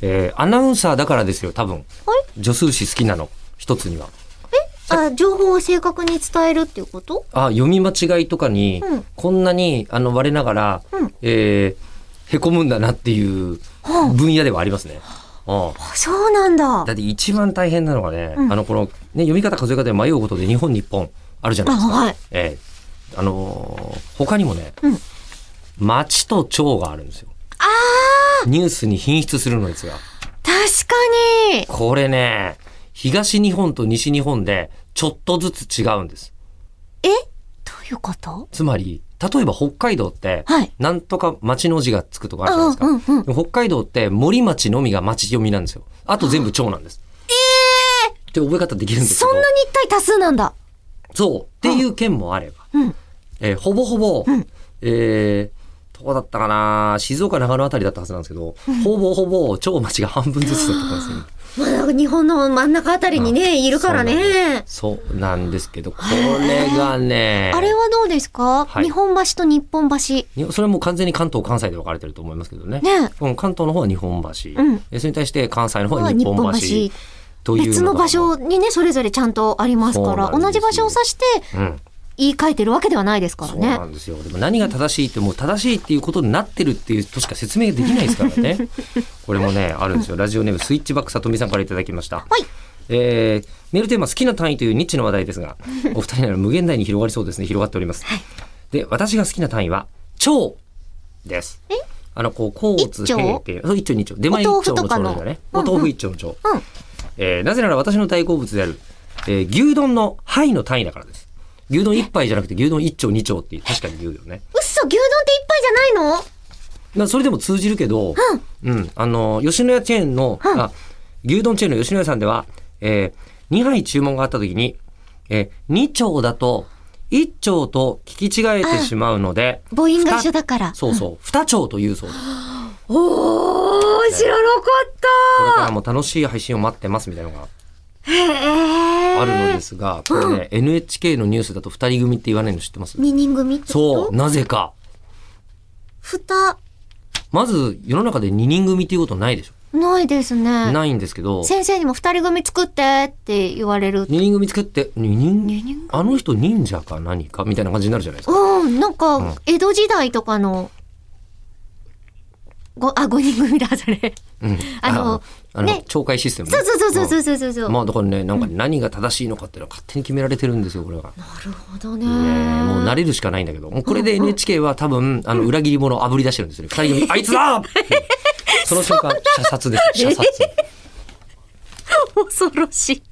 えーアナウンサーだからですよ、多分。女数詞好きなの。一つには。あ、情報を正確に伝えるっていうことあ、読み間違いとかに、うんこんなに、あの、我ながら、うんえーへこむんだなっていうはあ分野ではありますね。うんあそうなんだ。だって一番大変なのがね、うんあの、この、ね、読み方、数え方で迷うことで日本、日本、あるじゃないですか。あはいええあのー他にもね、うん町と町があるんですよ。ニュースに品質するのですが。確かに。これね、東日本と西日本でちょっとずつ違うんです。えどういうことつまり、例えば北海道って、はい。なんとか町の字がつくとかあるじゃないですか。うんうんうん。でも北海道って森町のみが町読みなんですよ。あと全部町なんです。ええって覚え方できるんですけそど。んなに一体多数なんだ。そう。っていう県もあれば。うん。えーほぼほぼ、うんえーどうだったかな静岡長野あたりだったはずなんですけど、ほぼほぼ町町が半分ずつだったんですよ。まあ、なんか日本の真ん中あたりにね、いるからね。そうなんですけど、これがね、あれはどうですか、はい日本橋と日本橋。にそれはもう完全に関東、関西で分かれてると思いますけどね。ねうん関東の方は日本橋、うんえそれに対して関西の方はは日日本本橋橋。という別の場所にね、それぞれちゃんとありますから、そうな同んですじよ場所を指してうん、言い換えてるわけではないですからそうなね。んですよ。でも何が正しいってもう正しいっていうことになってるっていうとしか説明できないですから ね。これもね、あるんですよ。ラジオネームスイッチバック里見さんからいただきました。はいえーメールテーマ好きな単位というニッチの話題ですが、お二人なら無限大に広がりそうですね。広がっております。で、私が好きな単位は、超です。あの、こう、交通一丁平定。そう一丁二丁。出前一お豆丁腐とのか丁のだね。うんおうん豆腐一丁の丁。うんえーなぜなら私の大好物である、えー牛丼の杯の単位だからです。牛丼一杯じゃなくて牛丼一丁二丁って確かに言うよね。嘘、牛丼って一杯じゃないのなそれでも通じるけど、うん、あの、吉野家チェーンの、あ、牛丼チェーンの吉野家さんでは、えー、2杯注文があった時に、えー、2丁だと、1丁と聞き違えてしまうので、母音が一緒だから。そうそう、2丁というそうです。おー、知らなかこれからも楽しい配信を待ってますみたいなのがったへー。あるのですが、これね、NHK のニュースだと2人組って言わないの知ってます二人組ってことそう、なぜか。ふた、まず、世の中で2人組っていうことないでしょ。ないですね。ないんですけど、先生にも二人組作ってって言われる。 2人組作って、二二人人組あの人忍者か何かみたいな感じになるじゃないですか。うん、なんうかん、江戸時代とかの、ご、あ、五人組だ、それ。うんあのあの、ね懲戒システムね。そうそうそうそうそうそうそう。うんまあだからね、なんかね何が正しいのかっていうのは勝手に決められてるんですよ、これが。なるほどね。ねもう慣れるしかないんだけど、もうこれで NHK は多分、あの、裏切り者を炙り出してるんですよね。二人 組、あいつだってその瞬間、射殺です。射殺。恐ろしい。